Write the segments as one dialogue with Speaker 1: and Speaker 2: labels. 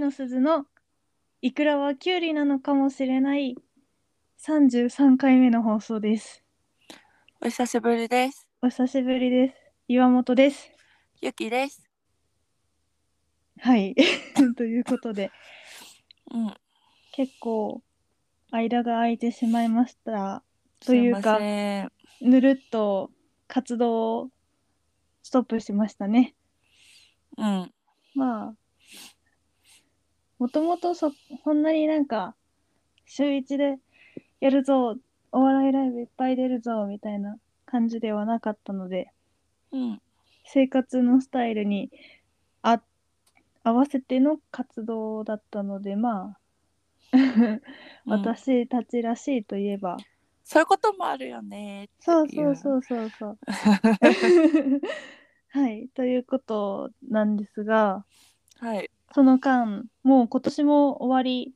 Speaker 1: の鈴のイクラはキュウリなのかもしれない33回目の放送です。
Speaker 2: お久しぶりです。
Speaker 1: お久しぶりです。岩本です。
Speaker 2: ゆきです。
Speaker 1: はい。 ということで、
Speaker 2: うん。
Speaker 1: 結構間が空いてしまいました。というか
Speaker 2: すいません
Speaker 1: ぬるっと活動をストップしましたね。
Speaker 2: うん。
Speaker 1: まあ、もともとそ、そんなになんか、週一でやるぞ、お笑いライブいっぱい出るぞ、みたいな感じではなかったので、
Speaker 2: うん。
Speaker 1: 生活のスタイルにあ合わせての活動だったので、まあ、
Speaker 2: 私。
Speaker 1: 私たちらしいといえば、
Speaker 2: そういうこともあるよね。
Speaker 1: そうそうそうそうそう。 はい、ということなんですが、
Speaker 2: はい。
Speaker 1: その間、もう今年も終わり、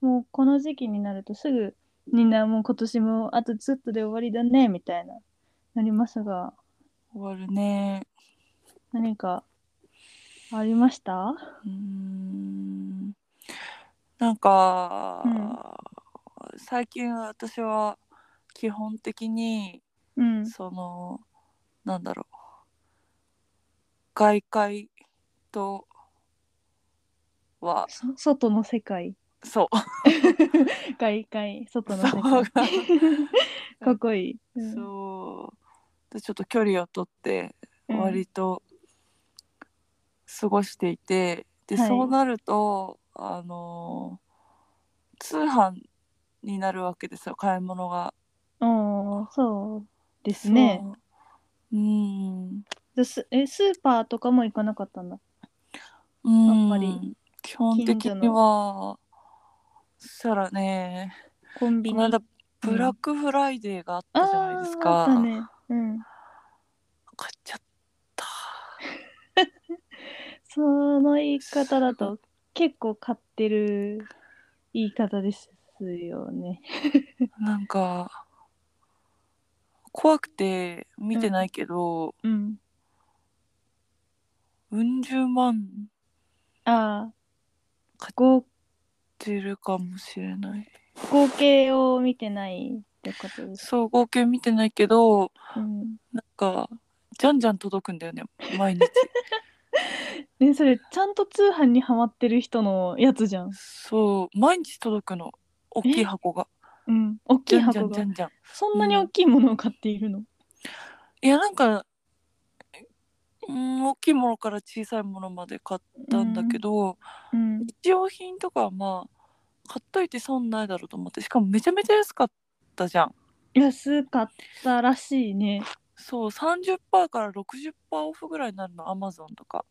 Speaker 1: もうこの時期になるとすぐみんなもう今年もあとちょっとで終わりだねみたいななりますが、
Speaker 2: 終わるね。
Speaker 1: 何かありました
Speaker 2: うーん。なんか、最近私は基本的に、
Speaker 1: うん。
Speaker 2: その、なんだろう。外界とは、
Speaker 1: そ外の世界。
Speaker 2: そう。
Speaker 1: 外界、外の世
Speaker 2: そう
Speaker 1: 界。かっこい い。うん
Speaker 2: そうでちょっと距離をとって
Speaker 1: うん
Speaker 2: 割と過ごしていて、で、
Speaker 1: はい
Speaker 2: そうなるとあのー通販になるわけですよ買い物が。
Speaker 1: おーそうですね。
Speaker 2: そううん
Speaker 1: ですえスーパーとかも行かなかったんだ。
Speaker 2: うん
Speaker 1: あんまり
Speaker 2: 基本的にはそしたらね
Speaker 1: コンビ
Speaker 2: こ
Speaker 1: ニ。
Speaker 2: の間
Speaker 1: うん
Speaker 2: ブラックフライデーがあっ
Speaker 1: あ
Speaker 2: たじゃないですか。
Speaker 1: ーあったね。うん。
Speaker 2: 買っちゃった。
Speaker 1: その言い方だと結構買ってる言い方ですよね。
Speaker 2: なんか怖くて見てないけど、
Speaker 1: うん。
Speaker 2: うん十万
Speaker 1: ああ、合
Speaker 2: 出るかもしれない
Speaker 1: 合計を見てないってことです。
Speaker 2: そう合計見てないけど
Speaker 1: うん。
Speaker 2: なんかじゃんじゃん届くんだよね 毎日
Speaker 1: ね、それちゃんと通販にハマってる人のやつじゃん。
Speaker 2: そう毎日届くの大きい箱が
Speaker 1: うん。大き
Speaker 2: じ
Speaker 1: い
Speaker 2: ゃんじゃ
Speaker 1: 箱
Speaker 2: んじゃ
Speaker 1: が。
Speaker 2: んじゃん
Speaker 1: そんなに大きいものを買っているの、
Speaker 2: いやなんかうん大きいものから小さいものまで買ったんだけど、
Speaker 1: うん。
Speaker 2: 日用品とかはまあ買っといて損ないだろうと思ってしかもめちゃめちゃ安かったじゃん
Speaker 1: 安かったらしいね。
Speaker 2: そう30%から60%オフぐらいになるのアマゾンとか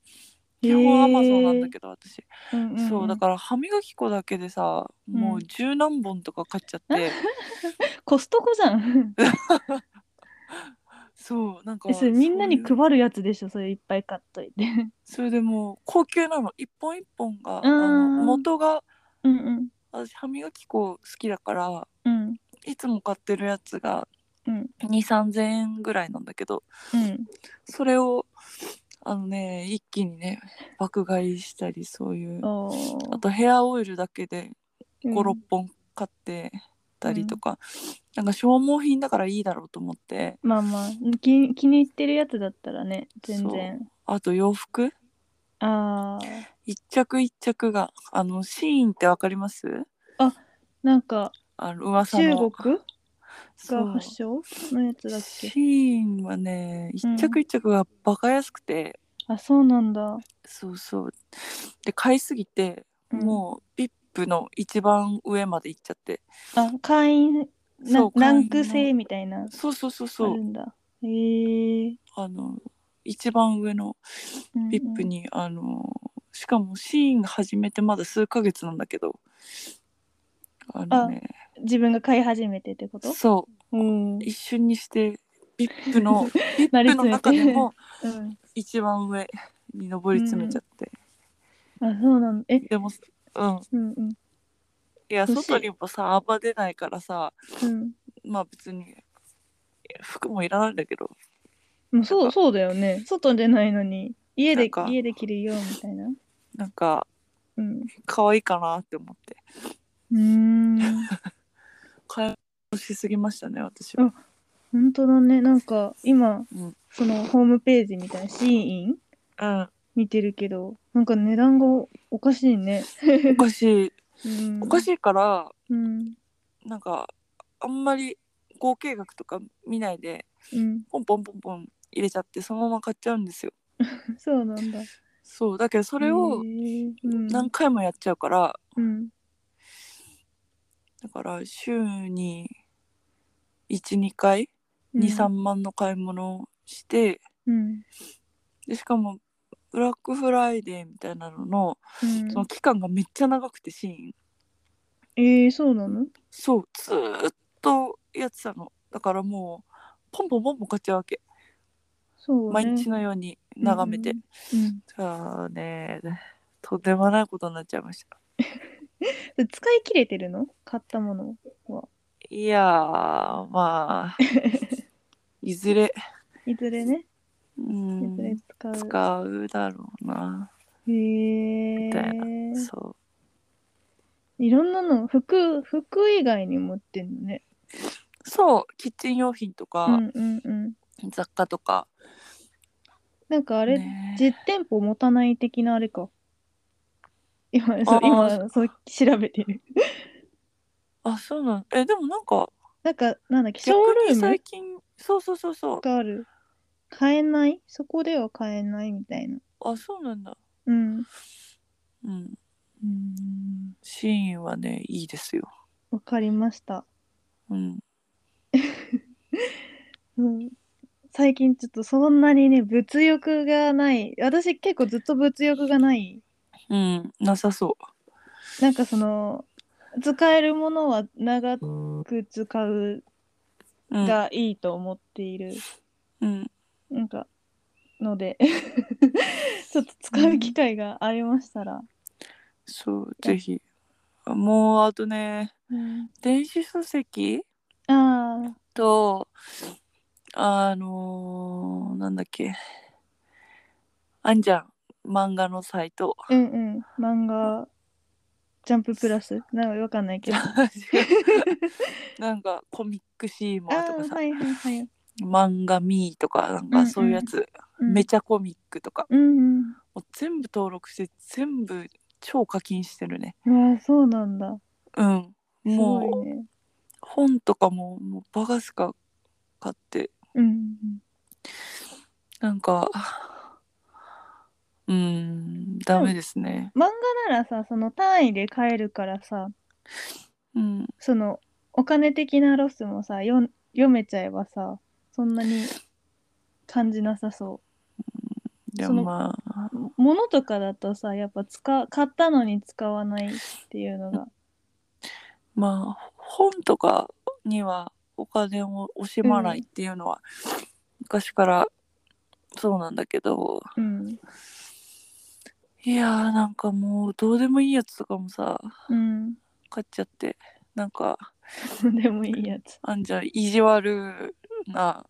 Speaker 2: 基本アマゾンなんだけど私、
Speaker 1: ど、うんんん
Speaker 2: そうだから歯磨き粉だけでさ、
Speaker 1: ん
Speaker 2: もう十何本とか買っちゃって
Speaker 1: コストコじゃん。
Speaker 2: そうなん か
Speaker 1: えそれみんなに
Speaker 2: そういう
Speaker 1: 配るやつでしょそれいっぱい買っといて。
Speaker 2: それでもう高級なの一本一本があ
Speaker 1: ー
Speaker 2: の元が
Speaker 1: うんうん。
Speaker 2: 私歯磨き粉好きだから
Speaker 1: うん。
Speaker 2: いつも買ってるやつが
Speaker 1: うん。
Speaker 2: 2 3 0円ぐらいなんだけど
Speaker 1: うん。
Speaker 2: それをあのね一気にね爆買いしたりそういう
Speaker 1: お
Speaker 2: あとヘアオイルだけで56
Speaker 1: ー
Speaker 2: 本買ってたりとか、なんか消耗品だからいいだろうと思って
Speaker 1: まあまあ気気に入ってるやつだったらね全然
Speaker 2: あと洋服
Speaker 1: あー
Speaker 2: 一着一着があのシーンってわかります
Speaker 1: なんか
Speaker 2: あの噂
Speaker 1: 中
Speaker 2: の
Speaker 1: 国が
Speaker 2: そう
Speaker 1: 発祥のやつだっ
Speaker 2: シ
Speaker 1: け
Speaker 2: ーンはね一着一着がバカ安くて、
Speaker 1: あそうなんだ、
Speaker 2: そうそうで買いすぎて、もう VIP の一番上まで行っちゃって
Speaker 1: うんあ会員な
Speaker 2: そう
Speaker 1: ランク
Speaker 2: 会員
Speaker 1: 制みたいな
Speaker 2: のそうそうそ
Speaker 1: あ
Speaker 2: うそう
Speaker 1: るんだへえ
Speaker 2: あの一番上の
Speaker 1: うんうん
Speaker 2: ビップに、あのしかもシーンが始めてまだ数ヶ月なんだけどあのね
Speaker 1: 自分が買い始めてってこと
Speaker 2: そ
Speaker 1: うん、うん
Speaker 2: う、一瞬にしてビッ プのビ
Speaker 1: な
Speaker 2: ッ
Speaker 1: り
Speaker 2: プ
Speaker 1: つ
Speaker 2: の
Speaker 1: めて
Speaker 2: 中でも一番上に上り詰めちゃって、
Speaker 1: あそうなんだえ
Speaker 2: でもうん
Speaker 1: うんうん
Speaker 2: いや
Speaker 1: 欲しい
Speaker 2: 外にもさあんま出ないからさ
Speaker 1: うん
Speaker 2: まあ別に服もいらないんだけど
Speaker 1: もうそうそうだよね外出ないのに家
Speaker 2: な
Speaker 1: で
Speaker 2: んか
Speaker 1: 家で着るよみたいな
Speaker 2: なんか
Speaker 1: ううん。
Speaker 2: 可愛いかなって思って
Speaker 1: うーん。
Speaker 2: 買い物しすぎましたね私は、
Speaker 1: 本当だね。なんか、今、
Speaker 2: うん
Speaker 1: そのホームページみたいな、シーイン
Speaker 2: うん、
Speaker 1: 見てるけど、なんか値段がおかしいね。
Speaker 2: おかしい
Speaker 1: うん。
Speaker 2: おか
Speaker 1: い。
Speaker 2: しいから
Speaker 1: うん。
Speaker 2: なんかあんまり合計額とか見ないで
Speaker 1: うん。
Speaker 2: ポンポンポンポン入れちゃってそのまま買っちゃうんですよ
Speaker 1: そうなんだ。
Speaker 2: そうだけどそれを
Speaker 1: へーうん。
Speaker 2: 何回もやっちゃうから
Speaker 1: うん。
Speaker 2: だから週に12回23万の買い物をして
Speaker 1: うん。
Speaker 2: でしかもブラックフライデーみたいなのの
Speaker 1: うん。
Speaker 2: その期間がめっちゃ長くてシーン
Speaker 1: えー、そうなの
Speaker 2: そうずーっとやってたのだからもうポンポンポンポン買っちゃうわけ
Speaker 1: そうね。
Speaker 2: 毎日のように眺めて
Speaker 1: うん。
Speaker 2: じゃあねとんでもないことになっちゃいました
Speaker 1: うん。使い切れてるの買ったものを。
Speaker 2: いやー まあいずれ
Speaker 1: いずれね。
Speaker 2: う
Speaker 1: いずれ
Speaker 2: ん
Speaker 1: 使う。
Speaker 2: 使うだろうな
Speaker 1: へえ
Speaker 2: みたいそう
Speaker 1: いろんなの服服以外に持ってんのね
Speaker 2: そうキッチン用品と
Speaker 1: う
Speaker 2: か
Speaker 1: んうんうん
Speaker 2: 雑貨とか
Speaker 1: なんかあ
Speaker 2: あ
Speaker 1: れ、実店舗持たない的なあれか今そう今そう調べてる
Speaker 2: あそうなんえでもなんか
Speaker 1: なんかなんだっけショ
Speaker 2: 逆に
Speaker 1: ールーム
Speaker 2: 最近そうそうそうそう
Speaker 1: がある買えないそこでは買えないみたいな
Speaker 2: あそうなんだ
Speaker 1: うんう
Speaker 2: うん
Speaker 1: ーん
Speaker 2: シーンはねいいですよ
Speaker 1: わかりました、
Speaker 2: うん
Speaker 1: うん、最近ちょっとそんなにね物欲がない私結構ずっと物欲がない
Speaker 2: うんなさそ
Speaker 1: なんかその使えるものは長く使う
Speaker 2: ううん
Speaker 1: がいいと思っている、
Speaker 2: うん
Speaker 1: なんかの でちょっと使う機会がありましたら、
Speaker 2: そうぜひあもうあとね
Speaker 1: うん
Speaker 2: 電子書籍
Speaker 1: あ
Speaker 2: とあのーなんだっけあんじゃん漫画のサイト
Speaker 1: あうんうん漫画ジャンププラスなんかわかんないけどあ
Speaker 2: なんかコミックシーモ
Speaker 1: あ
Speaker 2: アとか
Speaker 1: ー
Speaker 2: さ、
Speaker 1: はいはいはい、
Speaker 2: 漫画ミーとかな
Speaker 1: う
Speaker 2: ん
Speaker 1: んう
Speaker 2: か
Speaker 1: ん
Speaker 2: そういうやつ、
Speaker 1: うん、
Speaker 2: めちゃコミックとか
Speaker 1: うん
Speaker 2: もう全部登録して全部超課金してるね
Speaker 1: うんあそうなんだ
Speaker 2: うん
Speaker 1: すご
Speaker 2: もう
Speaker 1: いね
Speaker 2: 本とかももうバカスカ買って
Speaker 1: うんうん
Speaker 2: なんかうんダメですね
Speaker 1: 漫画ならさその単位で買えるからさ
Speaker 2: うん
Speaker 1: そのお金的なロスもさよ読めちゃえばさそんなに感じなさそ
Speaker 2: で
Speaker 1: その
Speaker 2: もまあ
Speaker 1: う物とかだとさやっぱ使う買ったのに使わないっていうのが
Speaker 2: まあ本とかにはお金を惜しまないっていうのは昔からそうなんだけど
Speaker 1: うん
Speaker 2: いやーなんかもうどうでもいいやつとかもさ
Speaker 1: うん
Speaker 2: 買っちゃってなんか
Speaker 1: でもいいやつ
Speaker 2: あんじゃん意地悪な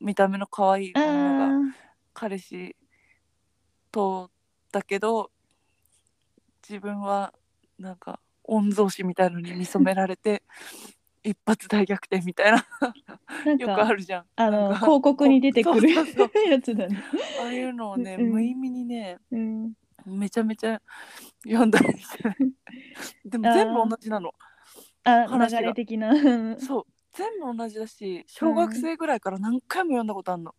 Speaker 2: 見た目の可愛い
Speaker 1: あ
Speaker 2: 女が
Speaker 1: ー
Speaker 2: 彼氏とだけど自分はなんか御曹司みたいのに見初められて 一発大逆転みたいな
Speaker 1: なん
Speaker 2: よくあ
Speaker 1: か
Speaker 2: るじゃん。
Speaker 1: あ
Speaker 2: なん
Speaker 1: の
Speaker 2: か
Speaker 1: 広告に出てくる
Speaker 2: そうそう
Speaker 1: やつだね
Speaker 2: ああいうのをね、
Speaker 1: うん
Speaker 2: 無意味にね
Speaker 1: うん
Speaker 2: めちゃめちゃ読んだりして るでも全部同じなの
Speaker 1: あ
Speaker 2: 話
Speaker 1: 流
Speaker 2: が
Speaker 1: れ的な うん
Speaker 2: そう全部同じだし小学生ぐらいから何回も読んだことある の、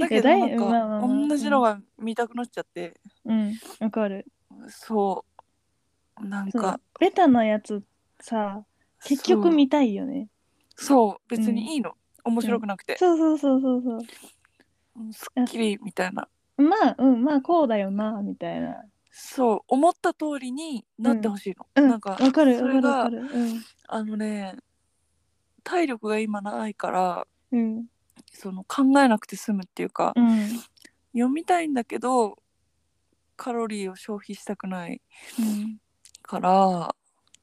Speaker 2: だけど
Speaker 1: だ
Speaker 2: ないんか、
Speaker 1: まあまあまあ
Speaker 2: 同じのが見たくなっちゃって、
Speaker 1: うんわかる
Speaker 2: そうなん
Speaker 1: そう
Speaker 2: か
Speaker 1: ベタなやつさ結局見たいよね
Speaker 2: そうそう別にいいの、面白くなくて、
Speaker 1: そうそうそうそうそう
Speaker 2: うんすっきりみたいな
Speaker 1: まあうんまあこうだよなみたいな。
Speaker 2: そう思った通りになってほしいの、
Speaker 1: うん、
Speaker 2: なんか
Speaker 1: わかる
Speaker 2: そ
Speaker 1: わか
Speaker 2: れ
Speaker 1: るわ
Speaker 2: が
Speaker 1: かる。うん
Speaker 2: あのね体力が今ないから
Speaker 1: うん
Speaker 2: その考えなくて済むっていうか、
Speaker 1: うん
Speaker 2: 読みたいんだけどカロリーを消費したくない
Speaker 1: うん。
Speaker 2: からっ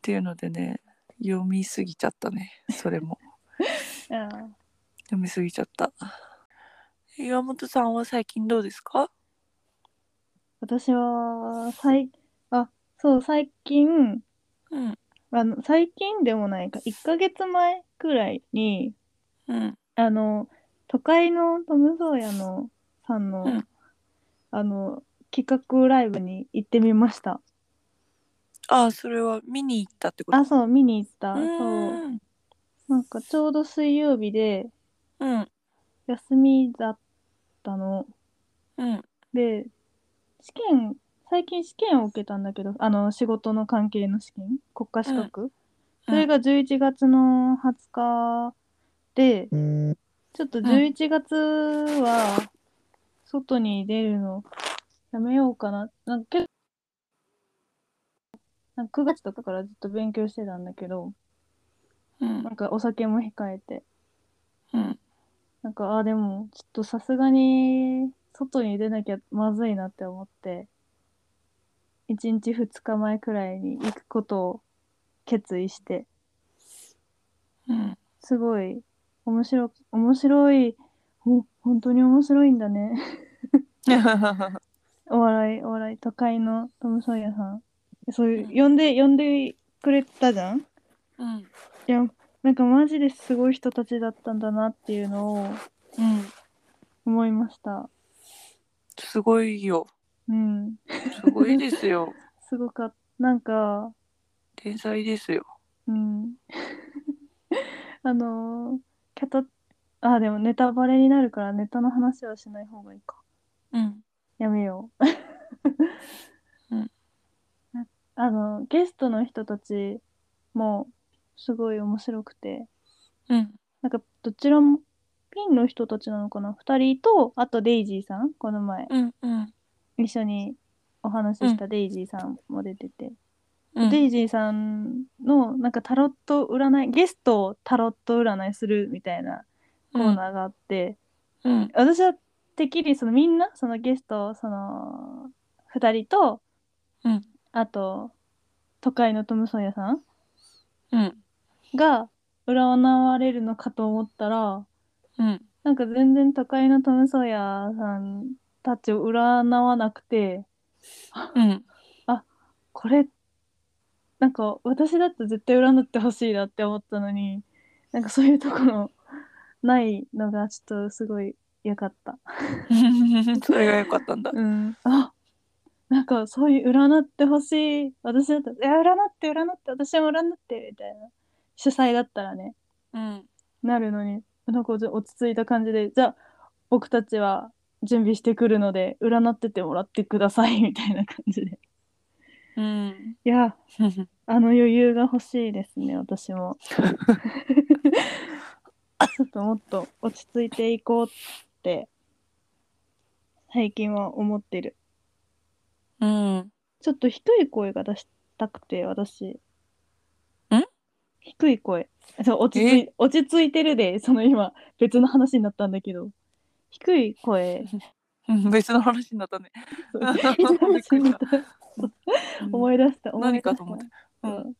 Speaker 2: ていうのでね読みすぎちゃったねそれ も
Speaker 1: あ
Speaker 2: 読みすぎちゃった岩本さんは最近どうですか
Speaker 1: 私は最あそう、最近、
Speaker 2: うん
Speaker 1: あの、最近でもないか、1ヶ月前くらいに、
Speaker 2: うん
Speaker 1: あの、都会のトム・ソーヤのさんの、
Speaker 2: うん
Speaker 1: あの、企画ライブに行ってみました。
Speaker 2: ああそれは見に行ったってこと
Speaker 1: あ、そう、見に行った。
Speaker 2: う
Speaker 1: そう。
Speaker 2: ん
Speaker 1: なんかちょうど水曜日で
Speaker 2: うん
Speaker 1: 休みだったの。
Speaker 2: うん
Speaker 1: で、試験、最近試験を受けたんだけど、あの、仕事の関係の試験、国家資格。それが11月の20日で、ちょっと11月は外に出るのやめようかな。なんか結構なんか9月とかからずっと勉強してたんだけど、
Speaker 2: うん
Speaker 1: なんかお酒も控えて、
Speaker 2: うん
Speaker 1: なんかああでもちょっとさすがに外に出なきゃまずいなって思って、1日2日前くらいに行くことを決意して、
Speaker 2: うん
Speaker 1: すごい面白面白いほ本当に面白いんだね お笑いお笑い都会のトム・ソーヤさんそういううん呼んで呼んでくれたじゃん
Speaker 2: うん
Speaker 1: いやなんかマジですごい人たちだったんだなっていうのを
Speaker 2: うん
Speaker 1: 思いました
Speaker 2: すごいよ
Speaker 1: うん
Speaker 2: すごいです よ
Speaker 1: すごかったなんか
Speaker 2: 天才ですよ
Speaker 1: うん あのーキャタあでもネタバレになるからネタの話はしない方がいいか
Speaker 2: うん
Speaker 1: やめよう。
Speaker 2: うん
Speaker 1: なあのゲストの人たちもすごい面白くて
Speaker 2: うん
Speaker 1: なんかどちらもピンの人たちなのかな2人とあとデイジーさんこの前
Speaker 2: うんうん
Speaker 1: 一緒にお話ししたデイジーさんも出てて、
Speaker 2: うん
Speaker 1: デイジーさんのなんかタロット占いゲストをタロット占いするみたいなコーナーがあって、
Speaker 2: うん
Speaker 1: 私はてっきりそのみんなそのゲストその2人と、
Speaker 2: うん
Speaker 1: あと都会のトム・ソーヤさん
Speaker 2: うん
Speaker 1: が占われるのかと思ったら
Speaker 2: うん
Speaker 1: なんか全然都会のトム・ソーヤさんたちを占わなくて
Speaker 2: うん
Speaker 1: これなんか私だって絶対占ってほしいなって思ったのになんかそういうところないのがちょっとすごい良かった。
Speaker 2: それが良かったんだ
Speaker 1: うん、あなんかそういう占ってほしい私だったら「いや占って占って私も占って」みたいな主催だったらね
Speaker 2: うん
Speaker 1: なるのになんか落ち着いた感じで「じゃあ僕たちは準備してくるので占っててもらってください」みたいな感じで
Speaker 2: うん
Speaker 1: いやあの余裕が欲しいですね私 もちょっともっと落ち着いていこうって最近は思ってる
Speaker 2: うん
Speaker 1: ちょっと低い声が出したくて、私。ん低い声。そう、落ち着い、落ち着いてるで、その今、別の話になったんだけど。低い声。
Speaker 2: うん別の話になったね
Speaker 1: そう
Speaker 2: びっ
Speaker 1: いつの
Speaker 2: くり
Speaker 1: 話にな
Speaker 2: し
Speaker 1: ったた
Speaker 2: うん
Speaker 1: 思い出した、思い出し
Speaker 2: 何
Speaker 1: た。
Speaker 2: かと思って
Speaker 1: う
Speaker 2: う
Speaker 1: んん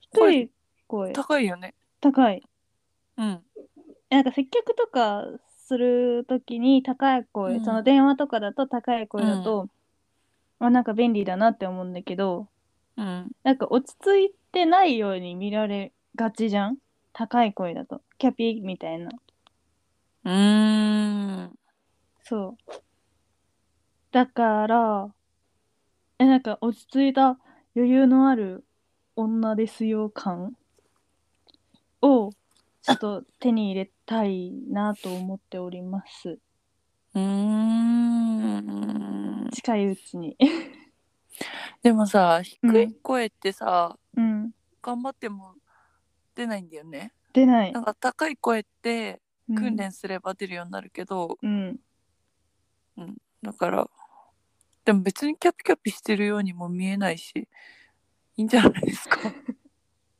Speaker 1: 低い声。
Speaker 2: 高いよね
Speaker 1: 高い。
Speaker 2: うん
Speaker 1: なんか接客とかするときに高い声、
Speaker 2: うん
Speaker 1: その電話とかだと高い声だと、まあなんか便利だなって思うんだけど、
Speaker 2: うん
Speaker 1: なんか落ち着いてないように見られがちじゃん高い声だとキャピーみたいな
Speaker 2: うーん
Speaker 1: そうだからえなんか落ち着いた余裕のある女ですよ感をちょっと手に入れたいなと思っております
Speaker 2: うーん
Speaker 1: 近いうちに
Speaker 2: でもさ低い声ってさ、
Speaker 1: うん
Speaker 2: 頑張っても出ないんだよね
Speaker 1: 出ない
Speaker 2: なんか高い声って
Speaker 1: うん
Speaker 2: 訓練すれば出るようになるけど、
Speaker 1: うん
Speaker 2: だからでも別にキャピキャピしてるようにも見えないしいいんじゃないですか
Speaker 1: い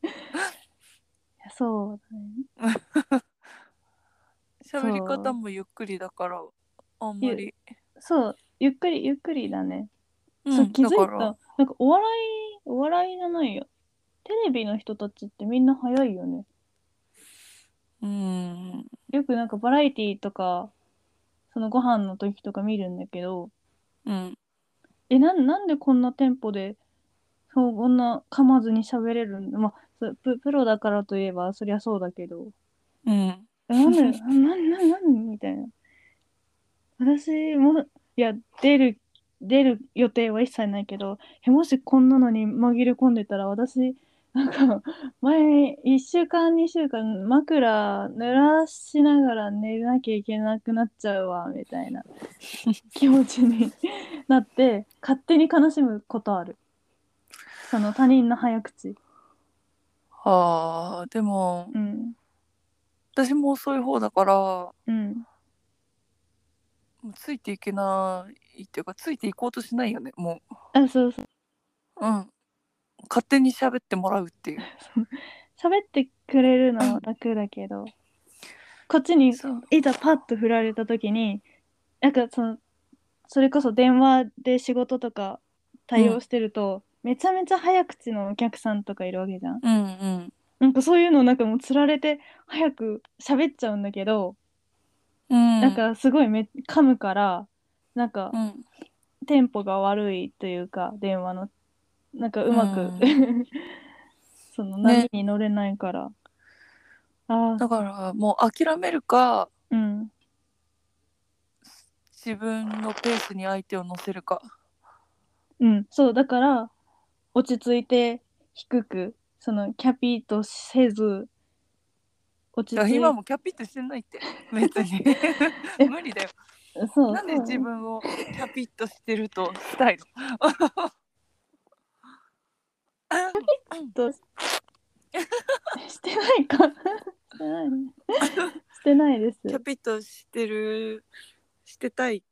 Speaker 1: やそうだね
Speaker 2: 喋り方もゆっくりだからあんまり、
Speaker 1: そうゆっくりゆっくりだね
Speaker 2: う、
Speaker 1: そうん気づい
Speaker 2: だ
Speaker 1: た
Speaker 2: から
Speaker 1: なんかお笑いお笑いじゃないよテレビの人たちってみんな早いよね
Speaker 2: うん
Speaker 1: よくなんかバラエティーとかそのご飯の時とか見るんだけど
Speaker 2: うん
Speaker 1: えなんなんでこんなテンポでそうこんな噛まずに喋れるんだまあそうププロだからといえばそりゃそうだけど
Speaker 2: うん
Speaker 1: えなんであなんなんなんみたいな私もいや出る出る予定は一切ないけどえもしこんなのに紛れ込んでたら私なんか前1週間2週間枕濡らしながら寝なきゃいけなくなっちゃうわみたいな気持ちに なって勝手に悲しむことあるその他人の早口
Speaker 2: あーでも
Speaker 1: うん
Speaker 2: 私もそういう方だからも
Speaker 1: うん
Speaker 2: うついていけないっていうかついていこうとしないよねも
Speaker 1: あそうそう
Speaker 2: ううん勝手に喋ってもらうっていう
Speaker 1: 喋ってくれるのは楽だけどこっちに
Speaker 2: そう
Speaker 1: いざパッと振られた時になんかそのそれこそ電話で仕事とか対応してると、めちゃめちゃ早口のお客さんとかいるわけじゃん
Speaker 2: うんうん
Speaker 1: なんかそういうのなんかもうつられて早く喋っちゃうんだけど、
Speaker 2: うん
Speaker 1: なんかすごいめ噛むからなんか
Speaker 2: うん
Speaker 1: テンポが悪いというか電話のなんかうまく、
Speaker 2: うん
Speaker 1: その波
Speaker 2: ね
Speaker 1: に乗れないから、ああ
Speaker 2: だからもう諦めるか
Speaker 1: うん
Speaker 2: 自分のペースに相手を乗せるか
Speaker 1: うん、そうだから落ち着いて低くそのキャピーとせず落ち
Speaker 2: だ
Speaker 1: 着
Speaker 2: から
Speaker 1: いて
Speaker 2: 今もキャピッとしてないって別 に
Speaker 1: え
Speaker 2: 無理だよ
Speaker 1: そう
Speaker 2: なんで
Speaker 1: そう
Speaker 2: 自分をキャピッとしてるとした いの
Speaker 1: と してないかしてない ねしてないです
Speaker 2: キャピッとしてるしてたい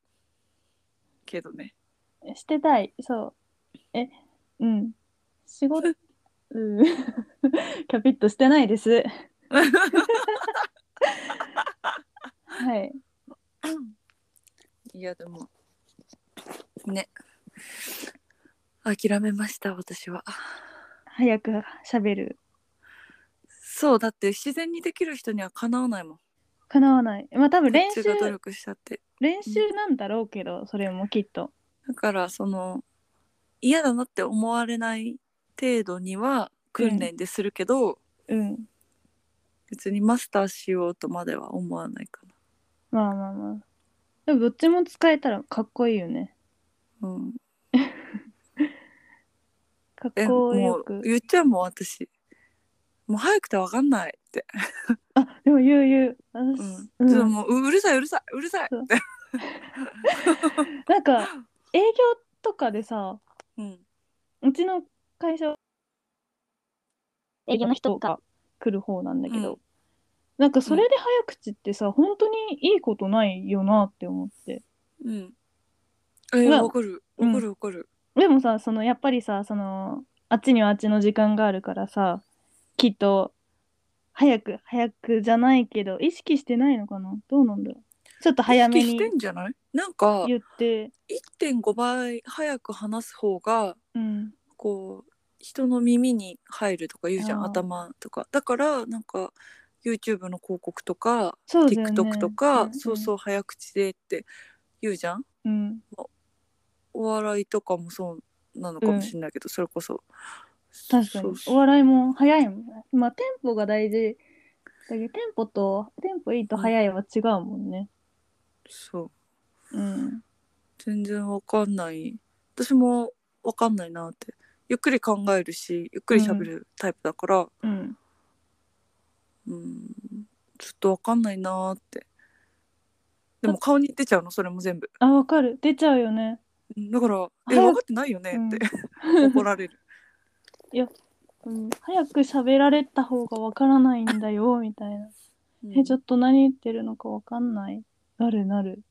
Speaker 2: けどね
Speaker 1: してたいそうえうん仕 事うん キャピッとしてないです はい
Speaker 2: いやでもね諦めました私は
Speaker 1: 早く喋る
Speaker 2: そうだって自然にできる人にはかなわないもん
Speaker 1: かなわないまあ多分練
Speaker 2: こ
Speaker 1: 習
Speaker 2: っちが努力したって
Speaker 1: 練習なんだろうけどそれもきっと
Speaker 2: だからその嫌だなって思われない程度には訓練でするけど、
Speaker 1: うん
Speaker 2: 別にマスターしようとまでは思わないか
Speaker 1: まあまあまあでもどっちも使えたらかっこいいよね
Speaker 2: なうん
Speaker 1: かっ
Speaker 2: え
Speaker 1: こ
Speaker 2: も
Speaker 1: よ
Speaker 2: う
Speaker 1: く
Speaker 2: 言っちゃうもん私もう早くてわかんないって、
Speaker 1: あでも言う言う私
Speaker 2: うん
Speaker 1: うん
Speaker 2: ちょっともうううるさいうるさいうるさい
Speaker 1: そう
Speaker 2: って、
Speaker 1: なんか営業とかでさ
Speaker 2: うん、
Speaker 1: うちの会社
Speaker 3: 営業の人とか
Speaker 1: が来る方なんだけど、
Speaker 2: うん
Speaker 1: なんかそれで早口ってさ、本当にいいことないよなって思って
Speaker 2: うんえー
Speaker 1: まあ
Speaker 2: わかる
Speaker 1: うん
Speaker 2: わかるわかる、
Speaker 1: でもさそのやっぱりさそのあっちにはあっちの時間があるからさきっと早く早くじゃないけど意識してないのかなどうなんだろうちょっと早め
Speaker 2: 意識
Speaker 1: に
Speaker 2: してんじゃないなんか
Speaker 1: 言って
Speaker 2: 1.5倍早く話す方が
Speaker 1: うん
Speaker 2: こう人の耳に入るとか言うじゃん
Speaker 1: あー
Speaker 2: 頭とかだからなんか YouTube の広告とか、
Speaker 1: そうだよね
Speaker 2: TikTok とか、
Speaker 1: うん
Speaker 2: そうそう早口でって言うじゃん
Speaker 1: うん
Speaker 2: お笑いとかもそうなのかもしれないけど、それこそ
Speaker 1: 確か
Speaker 2: そ
Speaker 1: に
Speaker 2: うそ
Speaker 1: お笑いも早いもんねまあテンポが大事だけどテンポとテンポいいと早いは違うもんね
Speaker 2: そう
Speaker 1: うん
Speaker 2: 全然わかんない私もわかんないなってゆっくり考えるしゆっくり喋るタイプだから
Speaker 1: うん
Speaker 2: うんちょっとわかんないなってでも顔に出ちゃうのそれも全部
Speaker 1: あわかる出ちゃうよね
Speaker 2: うんだから「え
Speaker 1: 早く
Speaker 2: 分かってないよね」って、怒ら れる
Speaker 1: うん早く喋られた方がわからないんだよみたいなえちょ
Speaker 2: っ
Speaker 1: っと何言ってるのかわかんないなるなる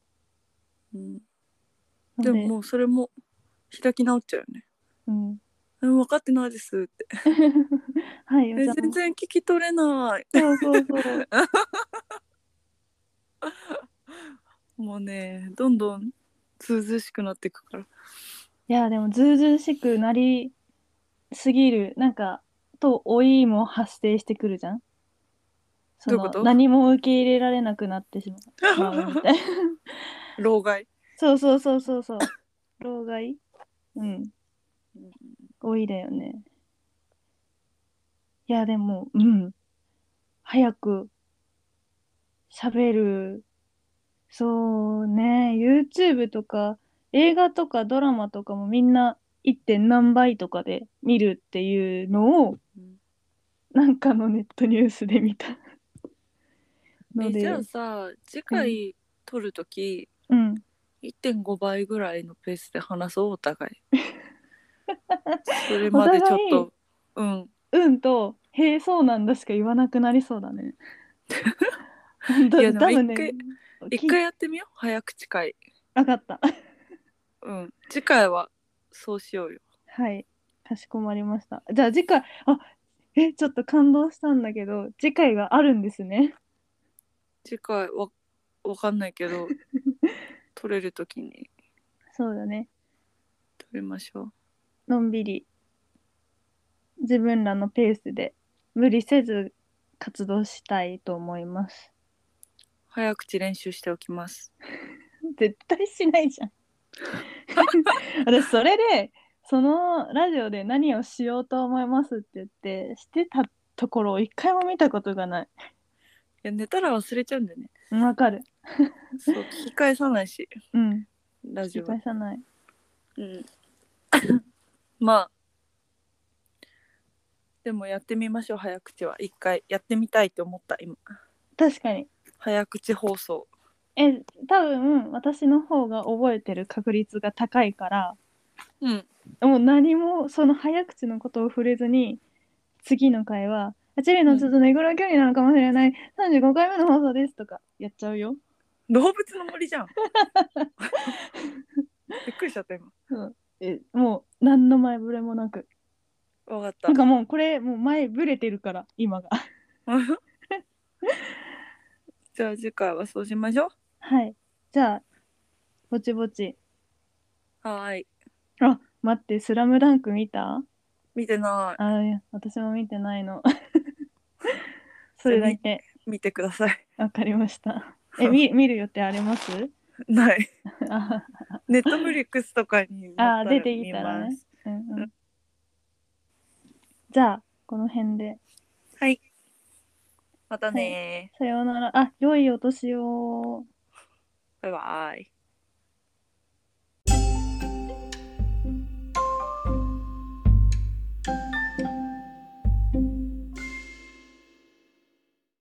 Speaker 2: と、うん
Speaker 1: の
Speaker 2: でももうそれも開き直っちゃうよね
Speaker 1: うん
Speaker 2: 「うん分かってないです」って
Speaker 1: はい
Speaker 2: 「え
Speaker 1: お茶
Speaker 2: 全
Speaker 1: も
Speaker 2: 然聞き取れない」
Speaker 1: そうそう そう
Speaker 2: もうねどんどんずうずうしくなっていくから
Speaker 1: いやでもずうずうしくなりすぎるなんかと老いも発生してくるじゃんその
Speaker 2: どういうこと
Speaker 1: 何も受け入れられなくなってしま うまあみたいな
Speaker 2: 老害
Speaker 1: そうそうそうそうそう老害うん
Speaker 2: うん
Speaker 1: こ多いだよね。いや、でも、うん。早く喋る。そうね、YouTube とか映画とかドラマとかもみんな 1. 点何倍とかで見るっていうのを
Speaker 2: うん
Speaker 1: なんかのネットニュースで見た。 の
Speaker 2: え
Speaker 1: で、
Speaker 2: じゃあさ次回撮るとき、
Speaker 1: うん。
Speaker 2: 1.5倍ぐらいのペースで話そうお互い それまでちょっとうん
Speaker 1: うんと、へえ、そうなんだしか言わなくなりそうだね。本当
Speaker 2: いや
Speaker 1: に
Speaker 2: でも
Speaker 1: 多分ね
Speaker 2: 一回、
Speaker 1: 聞い
Speaker 2: 一回やってみよう早口会
Speaker 1: わかった。
Speaker 2: うん次回はそうしようよ
Speaker 1: はい、かしこまりました。じゃあ次回、あえ、ちょっと感動したんだけど、次回があるんですね。
Speaker 2: 次回わわかんない けど撮れるときに
Speaker 1: そうだね。
Speaker 2: 撮りましょう
Speaker 1: のんびり、自分らのペースで、無理せず活動したいと思います。
Speaker 2: 早口練習しておきます
Speaker 1: 絶対しないじゃん。 私、それで、そのラジオで何をしようと思いますって言って、してたところを一回も見たことがない。
Speaker 2: いや寝たら忘れちゃうんだよね
Speaker 1: わかる。
Speaker 2: そう聞き返さないし
Speaker 1: うん。
Speaker 2: ラジ
Speaker 1: 聞
Speaker 2: オ
Speaker 1: き返さない。
Speaker 2: うん、 まあでもやってみましょう早口は一回やってみたいと思った今
Speaker 1: 確かに。
Speaker 2: 早口放送
Speaker 1: え、多分私の方が覚えてる確率が高いから、
Speaker 2: うん
Speaker 1: もう何もその早口のことを触れずに、次の回は、あちりのちょっと寝頃距離なのかもしれない、35回目の放送ですとかやっちゃうよ。
Speaker 2: 動物の森じゃん びっくりしちゃった今
Speaker 1: え、もう何の前触れもなく。
Speaker 2: わかっ
Speaker 1: なんかもうこれ、もう前触れてるから、今が。
Speaker 2: た じゃあ次回はそうしましょ
Speaker 1: はい。じゃあ、ぼちぼち。
Speaker 2: うはーい
Speaker 1: あ、待って、スラムダンク見た
Speaker 2: 見てな
Speaker 1: あ、いや私も見てない の。それだけ。
Speaker 2: い見てください
Speaker 1: わかりました。 え、見見る予定あります
Speaker 2: ない
Speaker 1: あ、
Speaker 2: ネットフリックスとかに
Speaker 1: あー出てきたらね
Speaker 2: 見ます
Speaker 1: うんうん。じゃあ、この辺で。
Speaker 2: はいまたね
Speaker 1: さようなら。あ、良いお年を。
Speaker 2: ー、バイバイ